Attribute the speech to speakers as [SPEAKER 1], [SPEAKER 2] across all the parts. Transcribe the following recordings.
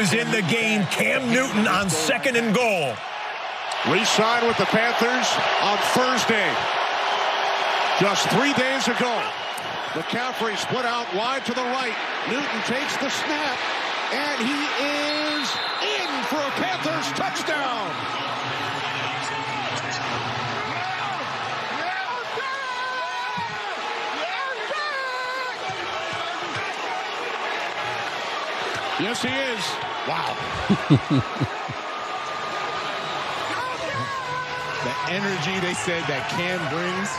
[SPEAKER 1] is in the game. Cam Newton on second and goal.
[SPEAKER 2] Re-signed with the Panthers on Thursday. Just three days ago. McCaffrey split out wide to the right. Newton takes the snap, and he is in for a Panthers touchdown. Yes, he is. Wow.
[SPEAKER 3] The energy they said that Cam brings.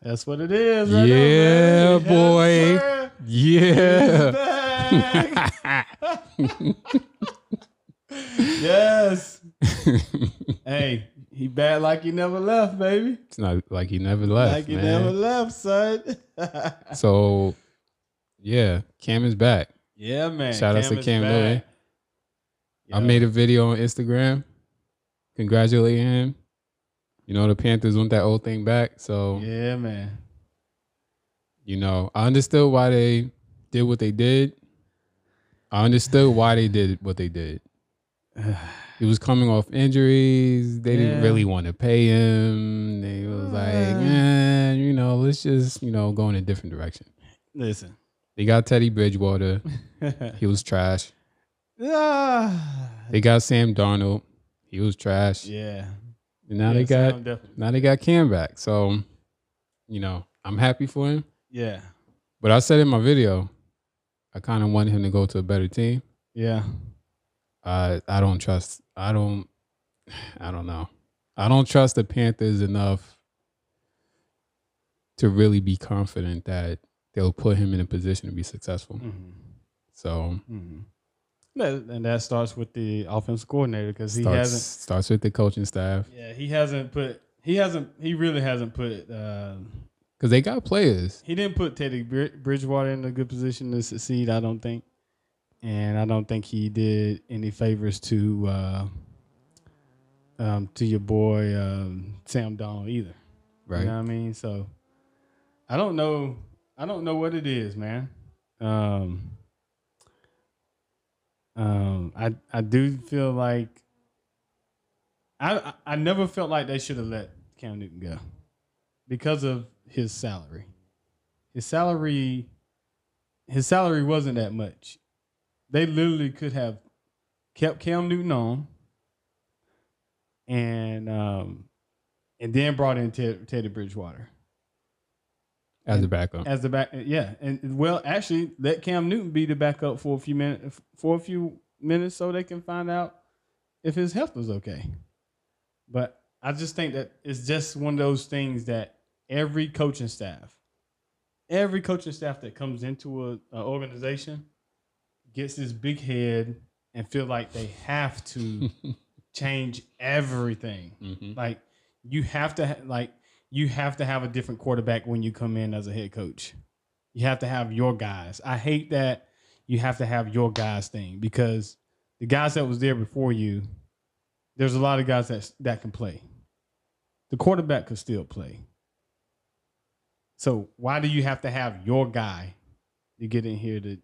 [SPEAKER 4] That's what it is. right now,
[SPEAKER 5] Yeah,
[SPEAKER 4] baby. Yes, sir.
[SPEAKER 5] boy. Yeah.
[SPEAKER 4] Back. yes. hey, he bad like he never left, baby.
[SPEAKER 5] It's not like he never left.
[SPEAKER 4] like he
[SPEAKER 5] man.
[SPEAKER 4] never left, son.
[SPEAKER 5] So, yeah, Cam is back.
[SPEAKER 4] yeah, man.
[SPEAKER 5] Shout out to
[SPEAKER 4] is
[SPEAKER 5] Cam
[SPEAKER 4] back.
[SPEAKER 5] Newton. I
[SPEAKER 4] Yo.
[SPEAKER 5] made a video on Instagram congratulating him. You know, the Panthers want that old thing back. So,
[SPEAKER 4] Yeah, man.
[SPEAKER 5] you know, I understood why they did what they did. I understood why they did what they did. He was coming off injuries. They
[SPEAKER 4] Yeah.
[SPEAKER 5] didn't really want to pay him. They was like,
[SPEAKER 4] Uh.
[SPEAKER 5] eh, you know, let's just, you know, go in a different direction.
[SPEAKER 4] Listen.
[SPEAKER 5] They got Teddy Bridgewater. He was trash.
[SPEAKER 4] Ah.
[SPEAKER 5] They got Sam Darnold. He was trash.
[SPEAKER 4] yeah.
[SPEAKER 5] And now
[SPEAKER 4] yeah,
[SPEAKER 5] they got
[SPEAKER 4] Sam definitely-
[SPEAKER 5] now they got Cam back. So, you know, I'm happy for him.
[SPEAKER 4] Yeah.
[SPEAKER 5] But I said in my video, I kind of want him to go to a better team.
[SPEAKER 4] Yeah.
[SPEAKER 5] I I don't trust. I don't. I don't know. I don't trust the Panthers enough to really be confident that they'll put him in a position to be successful.
[SPEAKER 4] Mhm.
[SPEAKER 5] So
[SPEAKER 4] Mhm. That- And that starts with the offensive coordinator because he
[SPEAKER 5] starts
[SPEAKER 4] hasn't
[SPEAKER 5] starts with the coaching staff
[SPEAKER 4] Yeah, he hasn't put. He hasn't. He really hasn't put. Uh,
[SPEAKER 5] because they got players.
[SPEAKER 4] he didn't put Teddy Bri- Bridgewater in a good position to succeed. I don't think, and I don't think he did any favors to uh, um, to your boy um, Sam Donald either.
[SPEAKER 5] Right.
[SPEAKER 4] You know what I mean? So I don't know. I don't know what it is, man. Um, um, I I do feel like I I- I never felt like they should have let Cam Newton go because of his salary. His salary, his salary wasn't that much. They literally could have kept Cam Newton on, and um, and then brought in Ted, Teddy Bridgewater
[SPEAKER 5] As a backup.
[SPEAKER 4] as the back. Yeah, and well, actually, let Cam Newton be the backup for a few minutes for a few minutes so they can find out if his health was okay. But I just think that it's just one of those things that every coaching staff, every coaching staff that comes into a, a organization, gets this big head and feel like they have to change everything.
[SPEAKER 5] hmm
[SPEAKER 4] Like you have to ha- like you have to have a different quarterback when you come in as a head coach. You have to have your guys. I hate that you have to have your guys thing because the guys that was there before you, there's a lot of guys that that can play. The quarterback could still play. So why do you have to have your guy to get in here to,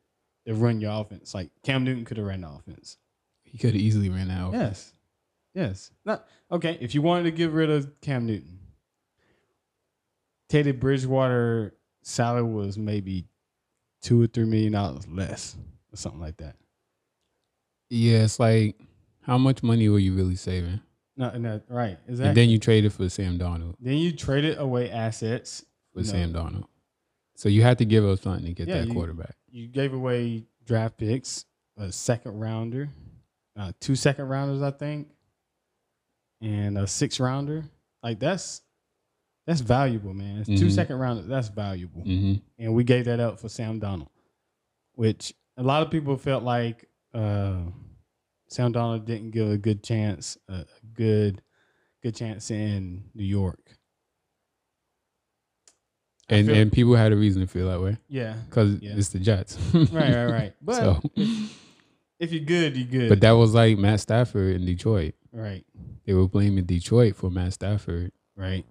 [SPEAKER 4] to run your offense? Like Cam Newton could have ran the offense.
[SPEAKER 5] He could have easily ran out.
[SPEAKER 4] Yes. Yes. Not okay. If you wanted to get rid of Cam Newton, Teddy Bridgewater salary was maybe two or three million dollars less or something like that.
[SPEAKER 5] Yeah, it's like how much money were you really saving?
[SPEAKER 4] No, no right.
[SPEAKER 5] And
[SPEAKER 4] Exactly.
[SPEAKER 5] then you traded for Sam Donald.
[SPEAKER 4] then you traded away assets.
[SPEAKER 5] For
[SPEAKER 4] No.
[SPEAKER 5] Sam Donald. So you had to give up something to get
[SPEAKER 4] Yeah,
[SPEAKER 5] that
[SPEAKER 4] you-
[SPEAKER 5] quarterback.
[SPEAKER 4] You gave away draft picks, a second rounder, uh, two second rounders, I think, and a six rounder. Like that's that's valuable, man. It's two
[SPEAKER 5] Mhm.
[SPEAKER 4] second rounders. That's valuable.
[SPEAKER 5] hmm
[SPEAKER 4] and we gave that up for Sam Donald, which a lot of people felt like uh, Sam Donald didn't give a good chance, a a good, good chance in New York. I
[SPEAKER 5] And
[SPEAKER 4] feel-
[SPEAKER 5] and people had a reason to feel that way
[SPEAKER 4] yeah,
[SPEAKER 5] because
[SPEAKER 4] Yeah.
[SPEAKER 5] it's the Jets.
[SPEAKER 4] right, right, right. But
[SPEAKER 5] so,
[SPEAKER 4] if you're good, you're good.
[SPEAKER 5] but that was like Matt Stafford in Detroit.
[SPEAKER 4] right,
[SPEAKER 5] They were blaming Detroit for Matt Stafford,
[SPEAKER 4] right,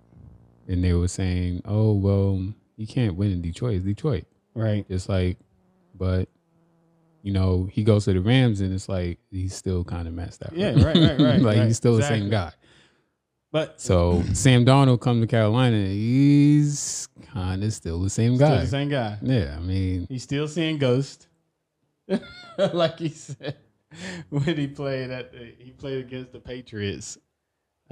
[SPEAKER 5] and they were saying, "Oh well, you can't win in Detroit. It's Detroit."
[SPEAKER 4] Right.
[SPEAKER 5] It's like, but you know, he goes to the Rams and it's like he's still kind of messed up.
[SPEAKER 4] Yeah, right, right, right,
[SPEAKER 5] like
[SPEAKER 4] right.
[SPEAKER 5] he's still the
[SPEAKER 4] Exactly.
[SPEAKER 5] same guy.
[SPEAKER 4] But
[SPEAKER 5] So Sam Donald come to Carolina, he's kind of still the same
[SPEAKER 4] still
[SPEAKER 5] guy.
[SPEAKER 4] the same guy.
[SPEAKER 5] Yeah, I mean,
[SPEAKER 4] He's still seeing Ghost. like he said when he played at the, he played against the Patriots.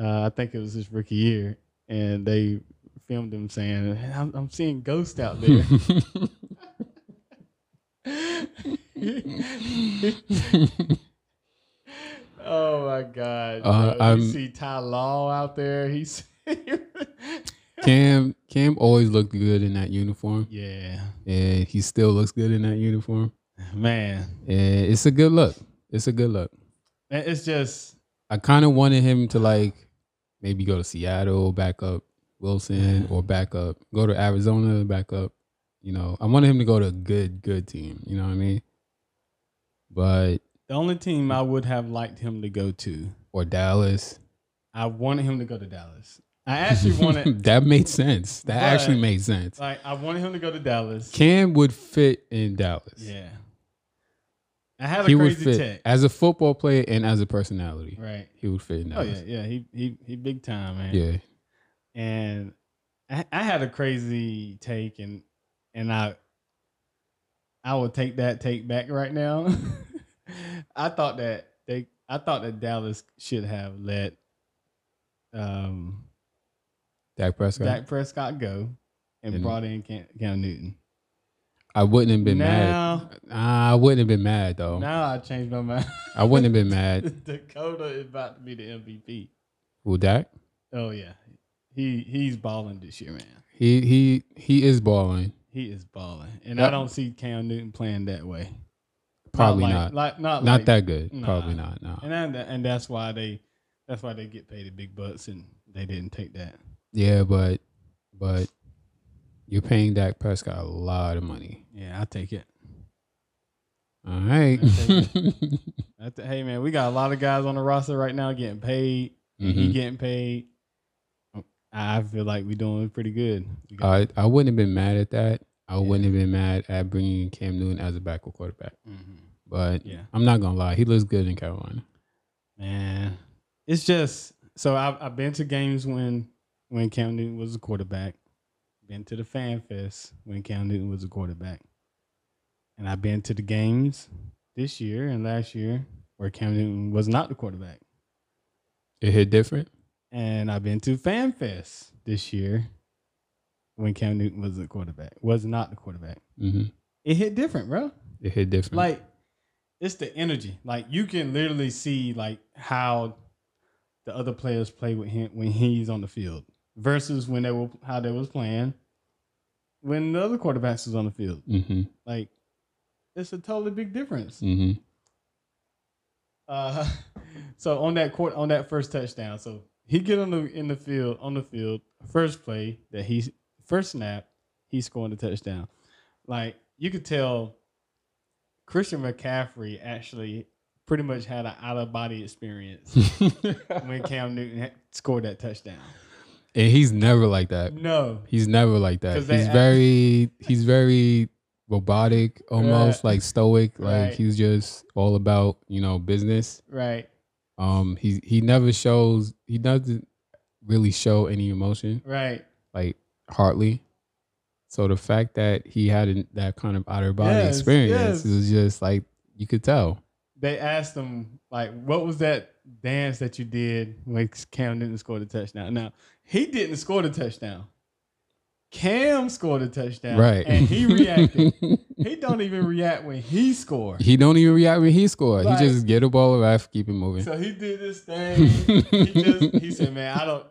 [SPEAKER 4] Uh, I think it was his rookie year, and they filmed him saying, "I'm, I'm seeing Ghost out there." oh my God!
[SPEAKER 5] Uh,
[SPEAKER 4] bro.
[SPEAKER 5] I'm-
[SPEAKER 4] you see Ty Law out there. He's
[SPEAKER 5] Cam Cam always looked good in that uniform,
[SPEAKER 4] yeah,
[SPEAKER 5] and he still looks good in that uniform.
[SPEAKER 4] man.
[SPEAKER 5] And it's a good look. It's a good look.
[SPEAKER 4] Man, It's just
[SPEAKER 5] I kind of wanted him to like maybe go to Seattle, back up Wilson,
[SPEAKER 4] Mm-hmm.
[SPEAKER 5] or back up go to Arizona, back up. You know, I wanted him to go to a good, good team. You know what I mean? But
[SPEAKER 4] The only team I would have liked him to go to,
[SPEAKER 5] or Dallas,
[SPEAKER 4] I wanted him to go to Dallas. I actually wanted,
[SPEAKER 5] that made sense. That
[SPEAKER 4] But-
[SPEAKER 5] actually made sense.
[SPEAKER 4] like, I wanted him to go to Dallas.
[SPEAKER 5] Cam would fit in Dallas.
[SPEAKER 4] Yeah, I had a
[SPEAKER 5] he would
[SPEAKER 4] crazy
[SPEAKER 5] fit
[SPEAKER 4] tech.
[SPEAKER 5] as a football player and as a personality.
[SPEAKER 4] Right.
[SPEAKER 5] He would fit in
[SPEAKER 4] Oh yeah,
[SPEAKER 5] Dallas.
[SPEAKER 4] yeah. He he he, big time man.
[SPEAKER 5] yeah.
[SPEAKER 4] And I, I had a crazy take, and and I I would take that take back right now. I thought that they, I thought that Dallas should have let um
[SPEAKER 5] Dak Prescott.
[SPEAKER 4] Dak Prescott go and
[SPEAKER 5] And-
[SPEAKER 4] brought in Cam, Cam Newton.
[SPEAKER 5] I wouldn't have been
[SPEAKER 4] now,
[SPEAKER 5] mad. I wouldn't have been mad though.
[SPEAKER 4] now I changed my mind.
[SPEAKER 5] I wouldn't have been mad.
[SPEAKER 4] Dakota is about to be the MVP.
[SPEAKER 5] Well, Dak,
[SPEAKER 4] Oh yeah, he he's balling this year, man.
[SPEAKER 5] he he he is balling.
[SPEAKER 4] He is balling, and
[SPEAKER 5] Yep.
[SPEAKER 4] I don't see Cam Newton playing that way.
[SPEAKER 5] Probably
[SPEAKER 4] like-
[SPEAKER 5] not.
[SPEAKER 4] Like, not
[SPEAKER 5] Not
[SPEAKER 4] like-
[SPEAKER 5] that good.
[SPEAKER 4] nah.
[SPEAKER 5] Probably not. No.
[SPEAKER 4] And I, and that's why they that's why they get paid the big bucks, and they didn't take that.
[SPEAKER 5] Yeah, but but you're paying Dak Prescott a lot of money.
[SPEAKER 4] Yeah, I take it.
[SPEAKER 5] All right.
[SPEAKER 4] I th- hey man, we got a lot of guys on the roster right now getting paid. and He
[SPEAKER 5] Mhm.
[SPEAKER 4] getting paid. I feel like we're doing pretty good. We got-
[SPEAKER 5] I I wouldn't have been mad at that. I
[SPEAKER 4] Yeah.
[SPEAKER 5] wouldn't have been mad at bringing Cam Newton as a backup quarterback.
[SPEAKER 4] Mhm.
[SPEAKER 5] But
[SPEAKER 4] Yeah.
[SPEAKER 5] I'm not gonna lie, he looks good in Carolina.
[SPEAKER 4] Man, it's just so I've, I've been to games when when Cam Newton was a quarterback. Been to the fan fest when Cam Newton was a quarterback, and I've been to the games this year and last year where Cam Newton was not the quarterback.
[SPEAKER 5] It hit different.
[SPEAKER 4] And I've been to fan fest this year when Cam Newton was the quarterback, was not the quarterback.
[SPEAKER 5] hmm
[SPEAKER 4] It hit different, bro.
[SPEAKER 5] It hit different.
[SPEAKER 4] like it's the energy like you can literally see like how the other players play with him when he's on the field versus when they were how they was playing when the other quarterbacks was on the field
[SPEAKER 5] hmm
[SPEAKER 4] like it's a totally big difference
[SPEAKER 5] hmm
[SPEAKER 4] uh, so on that court on that first touchdown so he get on the in the field on the field first play that he first snap he scoring the touchdown like you could tell christian mccaffrey actually pretty much had an out-of-body experience when cam newton had scored that touchdown
[SPEAKER 5] and he's never like that.
[SPEAKER 4] no
[SPEAKER 5] He's never like that.
[SPEAKER 4] 'Cause they
[SPEAKER 5] He's
[SPEAKER 4] act-
[SPEAKER 5] very he's very robotic, almost
[SPEAKER 4] Right.
[SPEAKER 5] like stoic. Like
[SPEAKER 4] Right.
[SPEAKER 5] he's just all about you know business.
[SPEAKER 4] right
[SPEAKER 5] Um, he he never shows he doesn't really show any emotion
[SPEAKER 4] right
[SPEAKER 5] like hardly. So the fact that he had an, that kind of outer body
[SPEAKER 4] Yes,
[SPEAKER 5] experience
[SPEAKER 4] yes.
[SPEAKER 5] is just like you could tell.
[SPEAKER 4] they asked him like, "What was that dance that you did when Cam didn't score the touchdown?" Now he didn't score the touchdown. Cam scored a touchdown,
[SPEAKER 5] Right.
[SPEAKER 4] And he reacted. he don't even react when he scored.
[SPEAKER 5] He don't even react when he scored.
[SPEAKER 4] Like-
[SPEAKER 5] he just get a ball around, keep it moving.
[SPEAKER 4] So he did this thing. he just he said, "Man, I don't."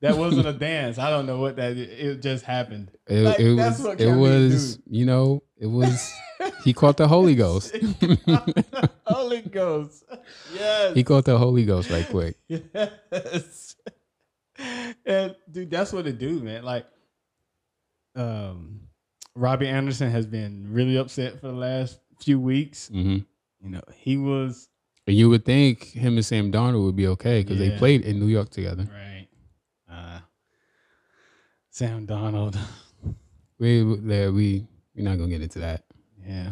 [SPEAKER 4] That wasn't a dance. I don't know what that. Is. It just happened.
[SPEAKER 5] It,
[SPEAKER 4] Like,
[SPEAKER 5] it
[SPEAKER 4] that's
[SPEAKER 5] was,
[SPEAKER 4] what
[SPEAKER 5] it
[SPEAKER 4] Cam Newton
[SPEAKER 5] was, you know, it was. he caught the Holy Ghost.
[SPEAKER 4] Holy Ghost. Yes.
[SPEAKER 5] he caught the Holy Ghost right quick.
[SPEAKER 4] yes. And dude, that's what it do, man. Like, um, Robbie Anderson has been really upset for the last few weeks.
[SPEAKER 5] hmm
[SPEAKER 4] You know, he was
[SPEAKER 5] And you would think him and Sam Donald would be okay because they
[SPEAKER 4] Yeah.
[SPEAKER 5] played in New York together.
[SPEAKER 4] right. Uh, Sam Donald.
[SPEAKER 5] We there we We're not gonna get into that.
[SPEAKER 4] Yeah.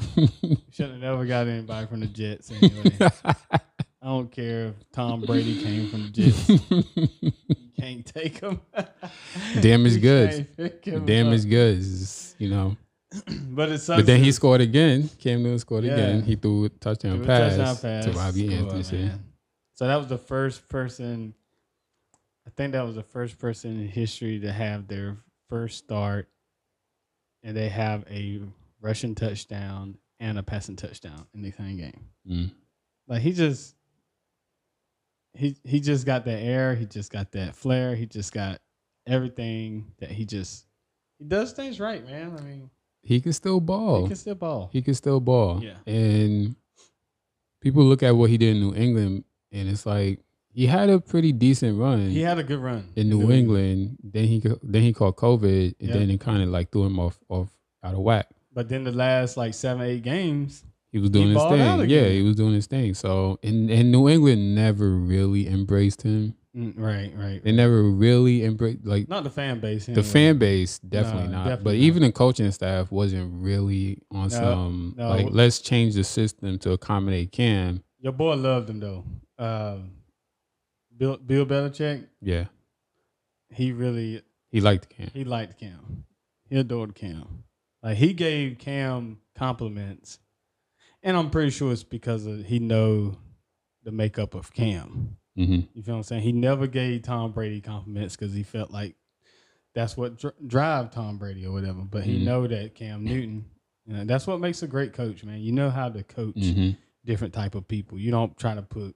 [SPEAKER 4] Shouldn't have never got anybody from the Jets anyway. I don't care if Tom Brady came from the Jets. you can't take him.
[SPEAKER 5] Damaged
[SPEAKER 4] You
[SPEAKER 5] goods.
[SPEAKER 4] can't pick
[SPEAKER 5] The
[SPEAKER 4] him
[SPEAKER 5] damage
[SPEAKER 4] up.
[SPEAKER 5] goods, is, you know.
[SPEAKER 4] But it sucks.
[SPEAKER 5] But then
[SPEAKER 4] that-
[SPEAKER 5] he scored again. Cam Newton scored
[SPEAKER 4] Yeah.
[SPEAKER 5] again. He threw a touchdown,
[SPEAKER 4] Threw a
[SPEAKER 5] pass,
[SPEAKER 4] touchdown pass.
[SPEAKER 5] to Robbie
[SPEAKER 4] Score,
[SPEAKER 5] Anderson.
[SPEAKER 4] man. So that was the first person. I think that was the first person in history to have their first start, and they have a rushing touchdown and a passing touchdown in the same game.
[SPEAKER 5] Mm.
[SPEAKER 4] Like he just, he he just got that air. He just got that flair. He just got everything that he just. He does things right, man. I mean,
[SPEAKER 5] He can still ball.
[SPEAKER 4] he can still ball.
[SPEAKER 5] Oh. he can still ball.
[SPEAKER 4] Yeah.
[SPEAKER 5] And people look at what he did in New England, and it's like he had a pretty decent run
[SPEAKER 4] He had a good run
[SPEAKER 5] in New England. Then he ca- then he caught COVID, and
[SPEAKER 4] Yeah.
[SPEAKER 5] then it kind of like threw him off off out of whack.
[SPEAKER 4] But then the last like seven, eight games,
[SPEAKER 5] He was doing his
[SPEAKER 4] balled out
[SPEAKER 5] thing. Yeah,
[SPEAKER 4] again.
[SPEAKER 5] he was doing his thing. So and and New England never really embraced him.
[SPEAKER 4] Mm, right, right.
[SPEAKER 5] They never really embraced like
[SPEAKER 4] Not the fan base.
[SPEAKER 5] the
[SPEAKER 4] anyway.
[SPEAKER 5] fan base definitely
[SPEAKER 4] Nah,
[SPEAKER 5] not
[SPEAKER 4] definitely
[SPEAKER 5] but
[SPEAKER 4] not.
[SPEAKER 5] even the coaching staff wasn't really on some
[SPEAKER 4] no.
[SPEAKER 5] like let's change the system to accommodate cam
[SPEAKER 4] Your boy loved him though. Um, Bill Bill Belichick,
[SPEAKER 5] yeah
[SPEAKER 4] he really
[SPEAKER 5] he liked cam
[SPEAKER 4] he liked Cam. He adored Cam. Like he gave Cam compliments, and I'm pretty sure it's because of, he know the makeup of Cam.
[SPEAKER 5] hmm
[SPEAKER 4] You feel what I'm saying? He never gave Tom Brady compliments because he felt like that's what dr- drive Tom Brady or whatever. But he
[SPEAKER 5] Mhm.
[SPEAKER 4] know that Cam Newton, you know, that's what makes a great coach, man. You know how to coach
[SPEAKER 5] hmm
[SPEAKER 4] different type of people. You don't try to put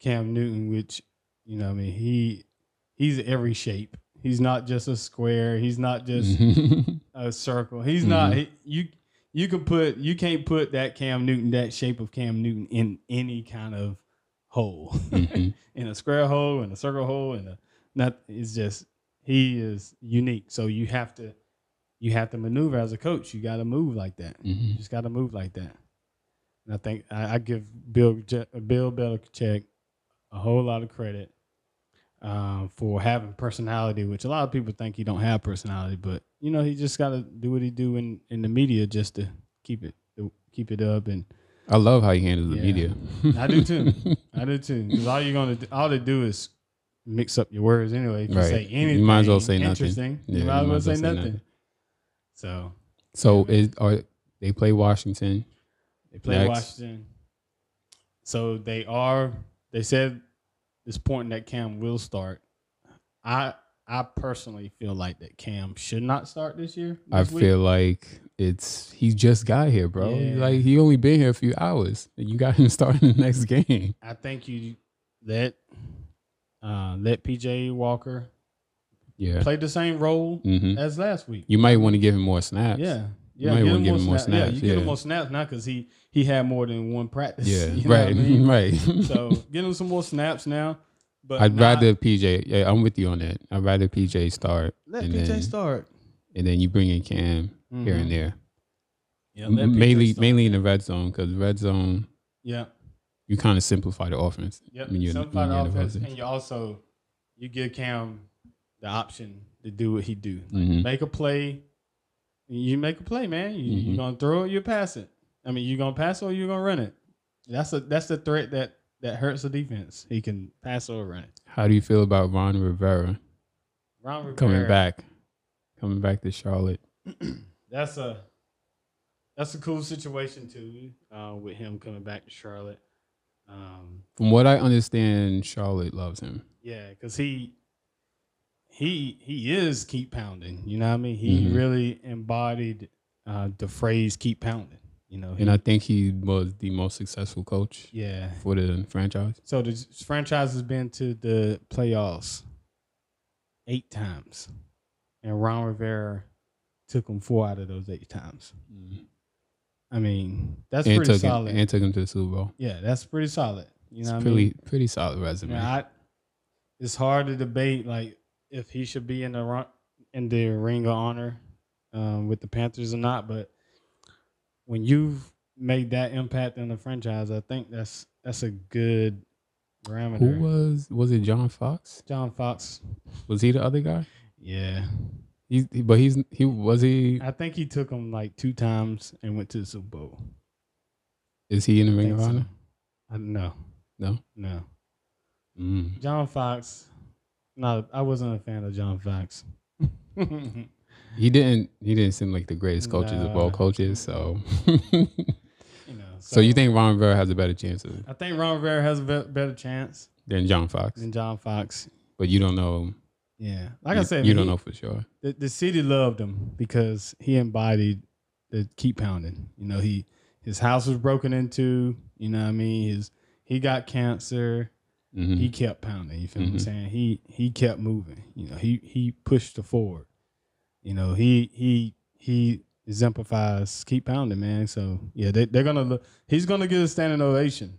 [SPEAKER 4] Cam Newton, which you know, what I mean, he he's every shape. He's not just a square. He's not just
[SPEAKER 5] Mm-hmm.
[SPEAKER 4] a circle. He's not. He, you you could put you can't put that Cam Newton that shape of Cam Newton in any kind of hole,
[SPEAKER 5] Mhm.
[SPEAKER 4] in a square hole, in a circle hole, in a not. It's just he is unique. So you have to you have to maneuver as a coach. You got to move like that. You
[SPEAKER 5] Mhm.
[SPEAKER 4] just got to move like that. And I think I, I give Bill Je- Bill Belichick a whole lot of credit um, for having personality, which a lot of people think he don't have personality, but you know he just got to do what he do in, in the media just to keep it to keep it up. And
[SPEAKER 5] i love how he handles the
[SPEAKER 4] Yeah.
[SPEAKER 5] media
[SPEAKER 4] I do too. I do too. Because all you're gonna do, all they do is mix up your words anyway. If you
[SPEAKER 5] Right.
[SPEAKER 4] say anything,
[SPEAKER 5] You might as well say nothing.
[SPEAKER 4] interesting.
[SPEAKER 5] Yeah,
[SPEAKER 4] you might as well say, nothing. So
[SPEAKER 5] so is are they play washington
[SPEAKER 4] They play
[SPEAKER 5] Next.
[SPEAKER 4] Washington. So they are. They said this point that Cam will start. I I personally feel like that Cam should not start this year.
[SPEAKER 5] i
[SPEAKER 4] this week.
[SPEAKER 5] feel like it's he just got here bro
[SPEAKER 4] Yeah.
[SPEAKER 5] like he only been here a few hours and you got him starting the next game
[SPEAKER 4] I think you let uh, let PJ Walker
[SPEAKER 5] yeah
[SPEAKER 4] play the same role
[SPEAKER 5] hmm
[SPEAKER 4] as last week.
[SPEAKER 5] you might want to give him more snaps
[SPEAKER 4] yeah.
[SPEAKER 5] You
[SPEAKER 4] Yeah,
[SPEAKER 5] might
[SPEAKER 4] get
[SPEAKER 5] wanna
[SPEAKER 4] him
[SPEAKER 5] give
[SPEAKER 4] more
[SPEAKER 5] him more
[SPEAKER 4] snaps. Yeah,
[SPEAKER 5] snaps,
[SPEAKER 4] you get him
[SPEAKER 5] yeah.
[SPEAKER 4] more snaps now because he he had more than one practice.
[SPEAKER 5] yeah
[SPEAKER 4] you know what I
[SPEAKER 5] right
[SPEAKER 4] mean?
[SPEAKER 5] right
[SPEAKER 4] So get him some more snaps now. But
[SPEAKER 5] I'd
[SPEAKER 4] not-
[SPEAKER 5] rather PJ. Yeah, I'm with you on that. I'd rather PJ start.
[SPEAKER 4] let
[SPEAKER 5] and
[SPEAKER 4] PJ
[SPEAKER 5] then,
[SPEAKER 4] start.
[SPEAKER 5] and then you bring in Cam here and there,
[SPEAKER 4] Mm-hmm. Yeah, let
[SPEAKER 5] M-
[SPEAKER 4] PJ
[SPEAKER 5] mainly
[SPEAKER 4] start.
[SPEAKER 5] mainly in the red zone because red zone
[SPEAKER 4] Yeah.
[SPEAKER 5] you kind of simplify the offense.
[SPEAKER 4] Yep.
[SPEAKER 5] when you're in-
[SPEAKER 4] Simplify
[SPEAKER 5] when you're
[SPEAKER 4] the
[SPEAKER 5] in the
[SPEAKER 4] offense,
[SPEAKER 5] red zone.
[SPEAKER 4] and you also you give Cam the option to do what he do.
[SPEAKER 5] Mhm.
[SPEAKER 4] Make a play. You make a play, man. You, You're
[SPEAKER 5] Mhm.
[SPEAKER 4] gonna throw it. You pass it. I mean, you're gonna pass it or you're gonna run it. That's a that's the threat that that hurts the defense. He can pass or run it.
[SPEAKER 5] How do you feel about Ron Rivera
[SPEAKER 4] Ron Rivera,
[SPEAKER 5] coming back, coming back to Charlotte?
[SPEAKER 4] That's a that's a cool situation too. Uh, with him coming back to Charlotte. Um,
[SPEAKER 5] From what I understand, Charlotte loves him.
[SPEAKER 4] Yeah, because he he he is keep pounding. You know what I mean? He
[SPEAKER 5] Mhm.
[SPEAKER 4] really embodied uh, the phrase "keep pounding." You know,
[SPEAKER 5] And I think he was the most successful coach
[SPEAKER 4] yeah.
[SPEAKER 5] for the franchise.
[SPEAKER 4] So the franchise has been to the playoffs eight times, and Ron Rivera took him four out of those eight times. I mean, that's
[SPEAKER 5] and
[SPEAKER 4] pretty
[SPEAKER 5] took
[SPEAKER 4] solid.
[SPEAKER 5] him and took him to the Super Bowl.
[SPEAKER 4] yeah, that's pretty solid. You know, what
[SPEAKER 5] it's
[SPEAKER 4] I mean?
[SPEAKER 5] pretty pretty solid resume.
[SPEAKER 4] Yeah, I, it's hard to debate like if he should be in the ru- in the Ring of Honor um, with the Panthers or not. But when you've made that impact on the franchise, I think that's that's a good parameter.
[SPEAKER 5] Who was was it? John Fox?
[SPEAKER 4] John Fox?
[SPEAKER 5] Was he the other guy?
[SPEAKER 4] Yeah,
[SPEAKER 5] He's, he, but he's he was he
[SPEAKER 4] I think he took him like two times and went to the Super Bowl.
[SPEAKER 5] is he in the
[SPEAKER 4] I
[SPEAKER 5] Ring
[SPEAKER 4] think
[SPEAKER 5] of
[SPEAKER 4] so.
[SPEAKER 5] Honor?
[SPEAKER 4] I no,
[SPEAKER 5] No.
[SPEAKER 4] no.
[SPEAKER 5] Mm.
[SPEAKER 4] John Fox. No, I wasn't a fan of John Fox. and
[SPEAKER 5] He didn't. He didn't seem like the greatest coaches of all
[SPEAKER 4] Nah.
[SPEAKER 5] coaches. So,
[SPEAKER 4] You know,
[SPEAKER 5] so you think Ron Rivera has a better chance of-
[SPEAKER 4] I think Ron Rivera has a be- better chance
[SPEAKER 5] than John Fox?
[SPEAKER 4] than John Fox.
[SPEAKER 5] But you don't know.
[SPEAKER 4] Yeah, like I
[SPEAKER 5] you-
[SPEAKER 4] said,
[SPEAKER 5] you
[SPEAKER 4] man,
[SPEAKER 5] don't
[SPEAKER 4] he-
[SPEAKER 5] know for sure.
[SPEAKER 4] The, the city loved him because he embodied the keep pounding. You know, he his house was broken into. You know, what I mean, his he got cancer.
[SPEAKER 5] Mhm.
[SPEAKER 4] He kept pounding. You feel what I'm
[SPEAKER 5] Mhm.
[SPEAKER 4] saying? He he kept moving. You know, he he pushed it forward. You know, he he he exemplifies keep pounding, man. So yeah, they, they're gonna look. He's gonna get a standing ovation.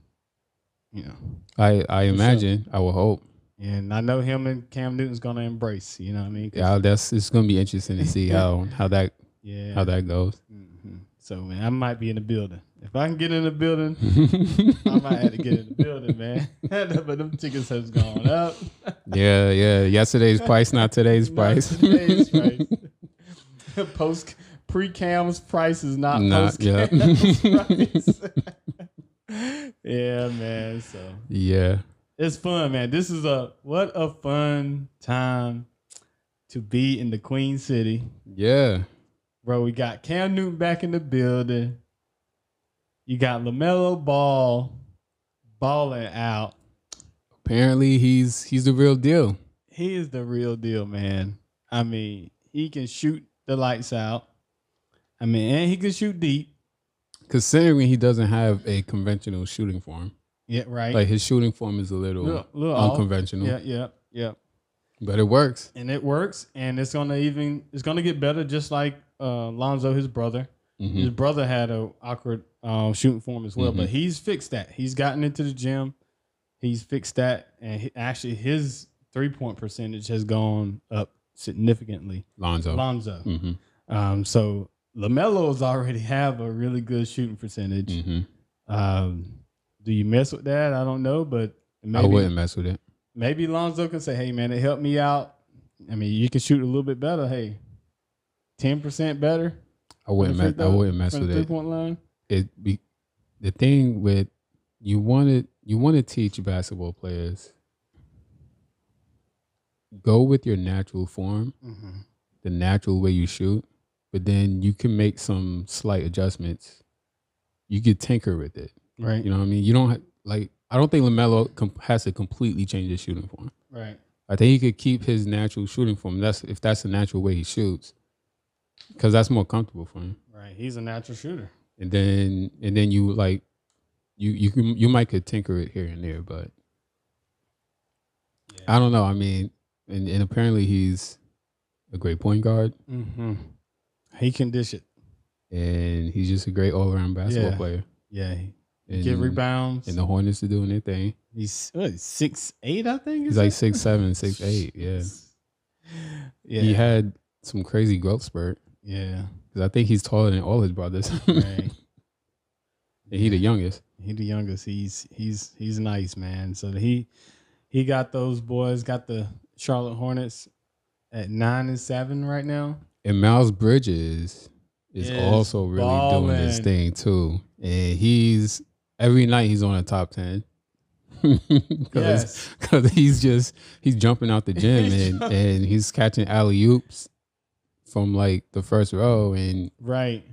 [SPEAKER 4] You know.
[SPEAKER 5] I I
[SPEAKER 4] sure.
[SPEAKER 5] imagine. I would hope.
[SPEAKER 4] And I know him and Cam Newton's gonna embrace. You know what I mean? 'Cause-
[SPEAKER 5] Yeah, that's it's gonna be interesting to see how how that
[SPEAKER 4] yeah.
[SPEAKER 5] how that goes.
[SPEAKER 4] Mhm. So man, I might be in the building. If I can get in the building, I might have to get in the building, man. but them tickets has gone up.
[SPEAKER 5] yeah, yeah. Yesterday's price, not today's
[SPEAKER 4] Not
[SPEAKER 5] price.
[SPEAKER 4] today's price. Post pre Cam's price is not
[SPEAKER 5] Not-
[SPEAKER 4] post Cam's
[SPEAKER 5] yeah.
[SPEAKER 4] price. yeah, man. So
[SPEAKER 5] yeah.
[SPEAKER 4] it's fun, man. This is a what a fun time to be in the Queen City.
[SPEAKER 5] Yeah.
[SPEAKER 4] Bro, we got Cam Newton back in the building. You got LaMelo Ball balling out.
[SPEAKER 5] Apparently he's he's the real deal.
[SPEAKER 4] He is the real deal, man. I mean, he can shoot the lights out. I mean, and he can shoot deep.
[SPEAKER 5] Considering he doesn't have a conventional shooting form.
[SPEAKER 4] Yeah, right.
[SPEAKER 5] Like his shooting form is a little
[SPEAKER 4] Little- little off.
[SPEAKER 5] unconventional.
[SPEAKER 4] Yeah, yeah, yeah.
[SPEAKER 5] But it works.
[SPEAKER 4] And it works. And it's gonna even it's gonna get better just like uh Lonzo, his brother.
[SPEAKER 5] Mhm.
[SPEAKER 4] His brother had a awkward um, shooting form as well, but he's fixed that. He's gotten into the gym, he's fixed that, and he, actually his three point percentage has gone up significantly.
[SPEAKER 5] Lonzo.
[SPEAKER 4] Lonzo,
[SPEAKER 5] hmm
[SPEAKER 4] um, so Lamelo's already have a really good shooting percentage.
[SPEAKER 5] hmm
[SPEAKER 4] Um, do you mess with that? I don't know, but
[SPEAKER 5] I
[SPEAKER 4] maybe
[SPEAKER 5] wouldn't mess with it.
[SPEAKER 4] maybe Lonzo can say, "Hey, man, it helped me out. I mean, you can shoot a little bit better. Hey, ten percent better."
[SPEAKER 5] I wouldn't
[SPEAKER 4] from the
[SPEAKER 5] mess.
[SPEAKER 4] free
[SPEAKER 5] I
[SPEAKER 4] throw-
[SPEAKER 5] wouldn't mess
[SPEAKER 4] from the
[SPEAKER 5] with
[SPEAKER 4] three
[SPEAKER 5] it.
[SPEAKER 4] point line.
[SPEAKER 5] It be the thing with you want to you want to teach basketball players go with your natural form, the natural way you shoot, but then you can make some slight adjustments. You could tinker with it.
[SPEAKER 4] Right.
[SPEAKER 5] You know what I mean? You don't ha- like. I don't think Lamelo com- has to completely change his shooting form.
[SPEAKER 4] Right.
[SPEAKER 5] I think he could keep his natural shooting form. That's if that's the natural way he shoots, because that's more comfortable for him.
[SPEAKER 4] Right. He's a natural shooter.
[SPEAKER 5] and then and then you like you you can you might could tinker it here and there, but I don't know. I mean, and, and apparently he's a great point guard
[SPEAKER 4] Mm-hmm. He can dish it.
[SPEAKER 5] and he's just a great all around basketball
[SPEAKER 4] Yeah.
[SPEAKER 5] player.
[SPEAKER 4] Yeah. He
[SPEAKER 5] And,
[SPEAKER 4] get rebounds.
[SPEAKER 5] And the Hornets are doing their thing.
[SPEAKER 4] he's what, six eight, I think.
[SPEAKER 5] He's
[SPEAKER 4] is
[SPEAKER 5] like
[SPEAKER 4] it?
[SPEAKER 5] six seven, six eight. Yeah.
[SPEAKER 4] Yeah.
[SPEAKER 5] He had some crazy growth spurt
[SPEAKER 4] yeah.
[SPEAKER 5] because I think he's taller than all his brothers.
[SPEAKER 4] Right.
[SPEAKER 5] and he the youngest.
[SPEAKER 4] He the youngest. He's he's he's nice, man. So he he got those boys, got the Charlotte Hornets at nine and seven right now.
[SPEAKER 5] And Miles Bridges is
[SPEAKER 4] Is
[SPEAKER 5] also really doing his
[SPEAKER 4] ballin'.
[SPEAKER 5] thing too. And he's every night he's on the top ten. Cause,
[SPEAKER 4] Yes.
[SPEAKER 5] 'cause he's just he's jumping out the gym
[SPEAKER 4] He's
[SPEAKER 5] and,
[SPEAKER 4] jumping.
[SPEAKER 5] and he's catching alley oops from like the first row and
[SPEAKER 4] Right.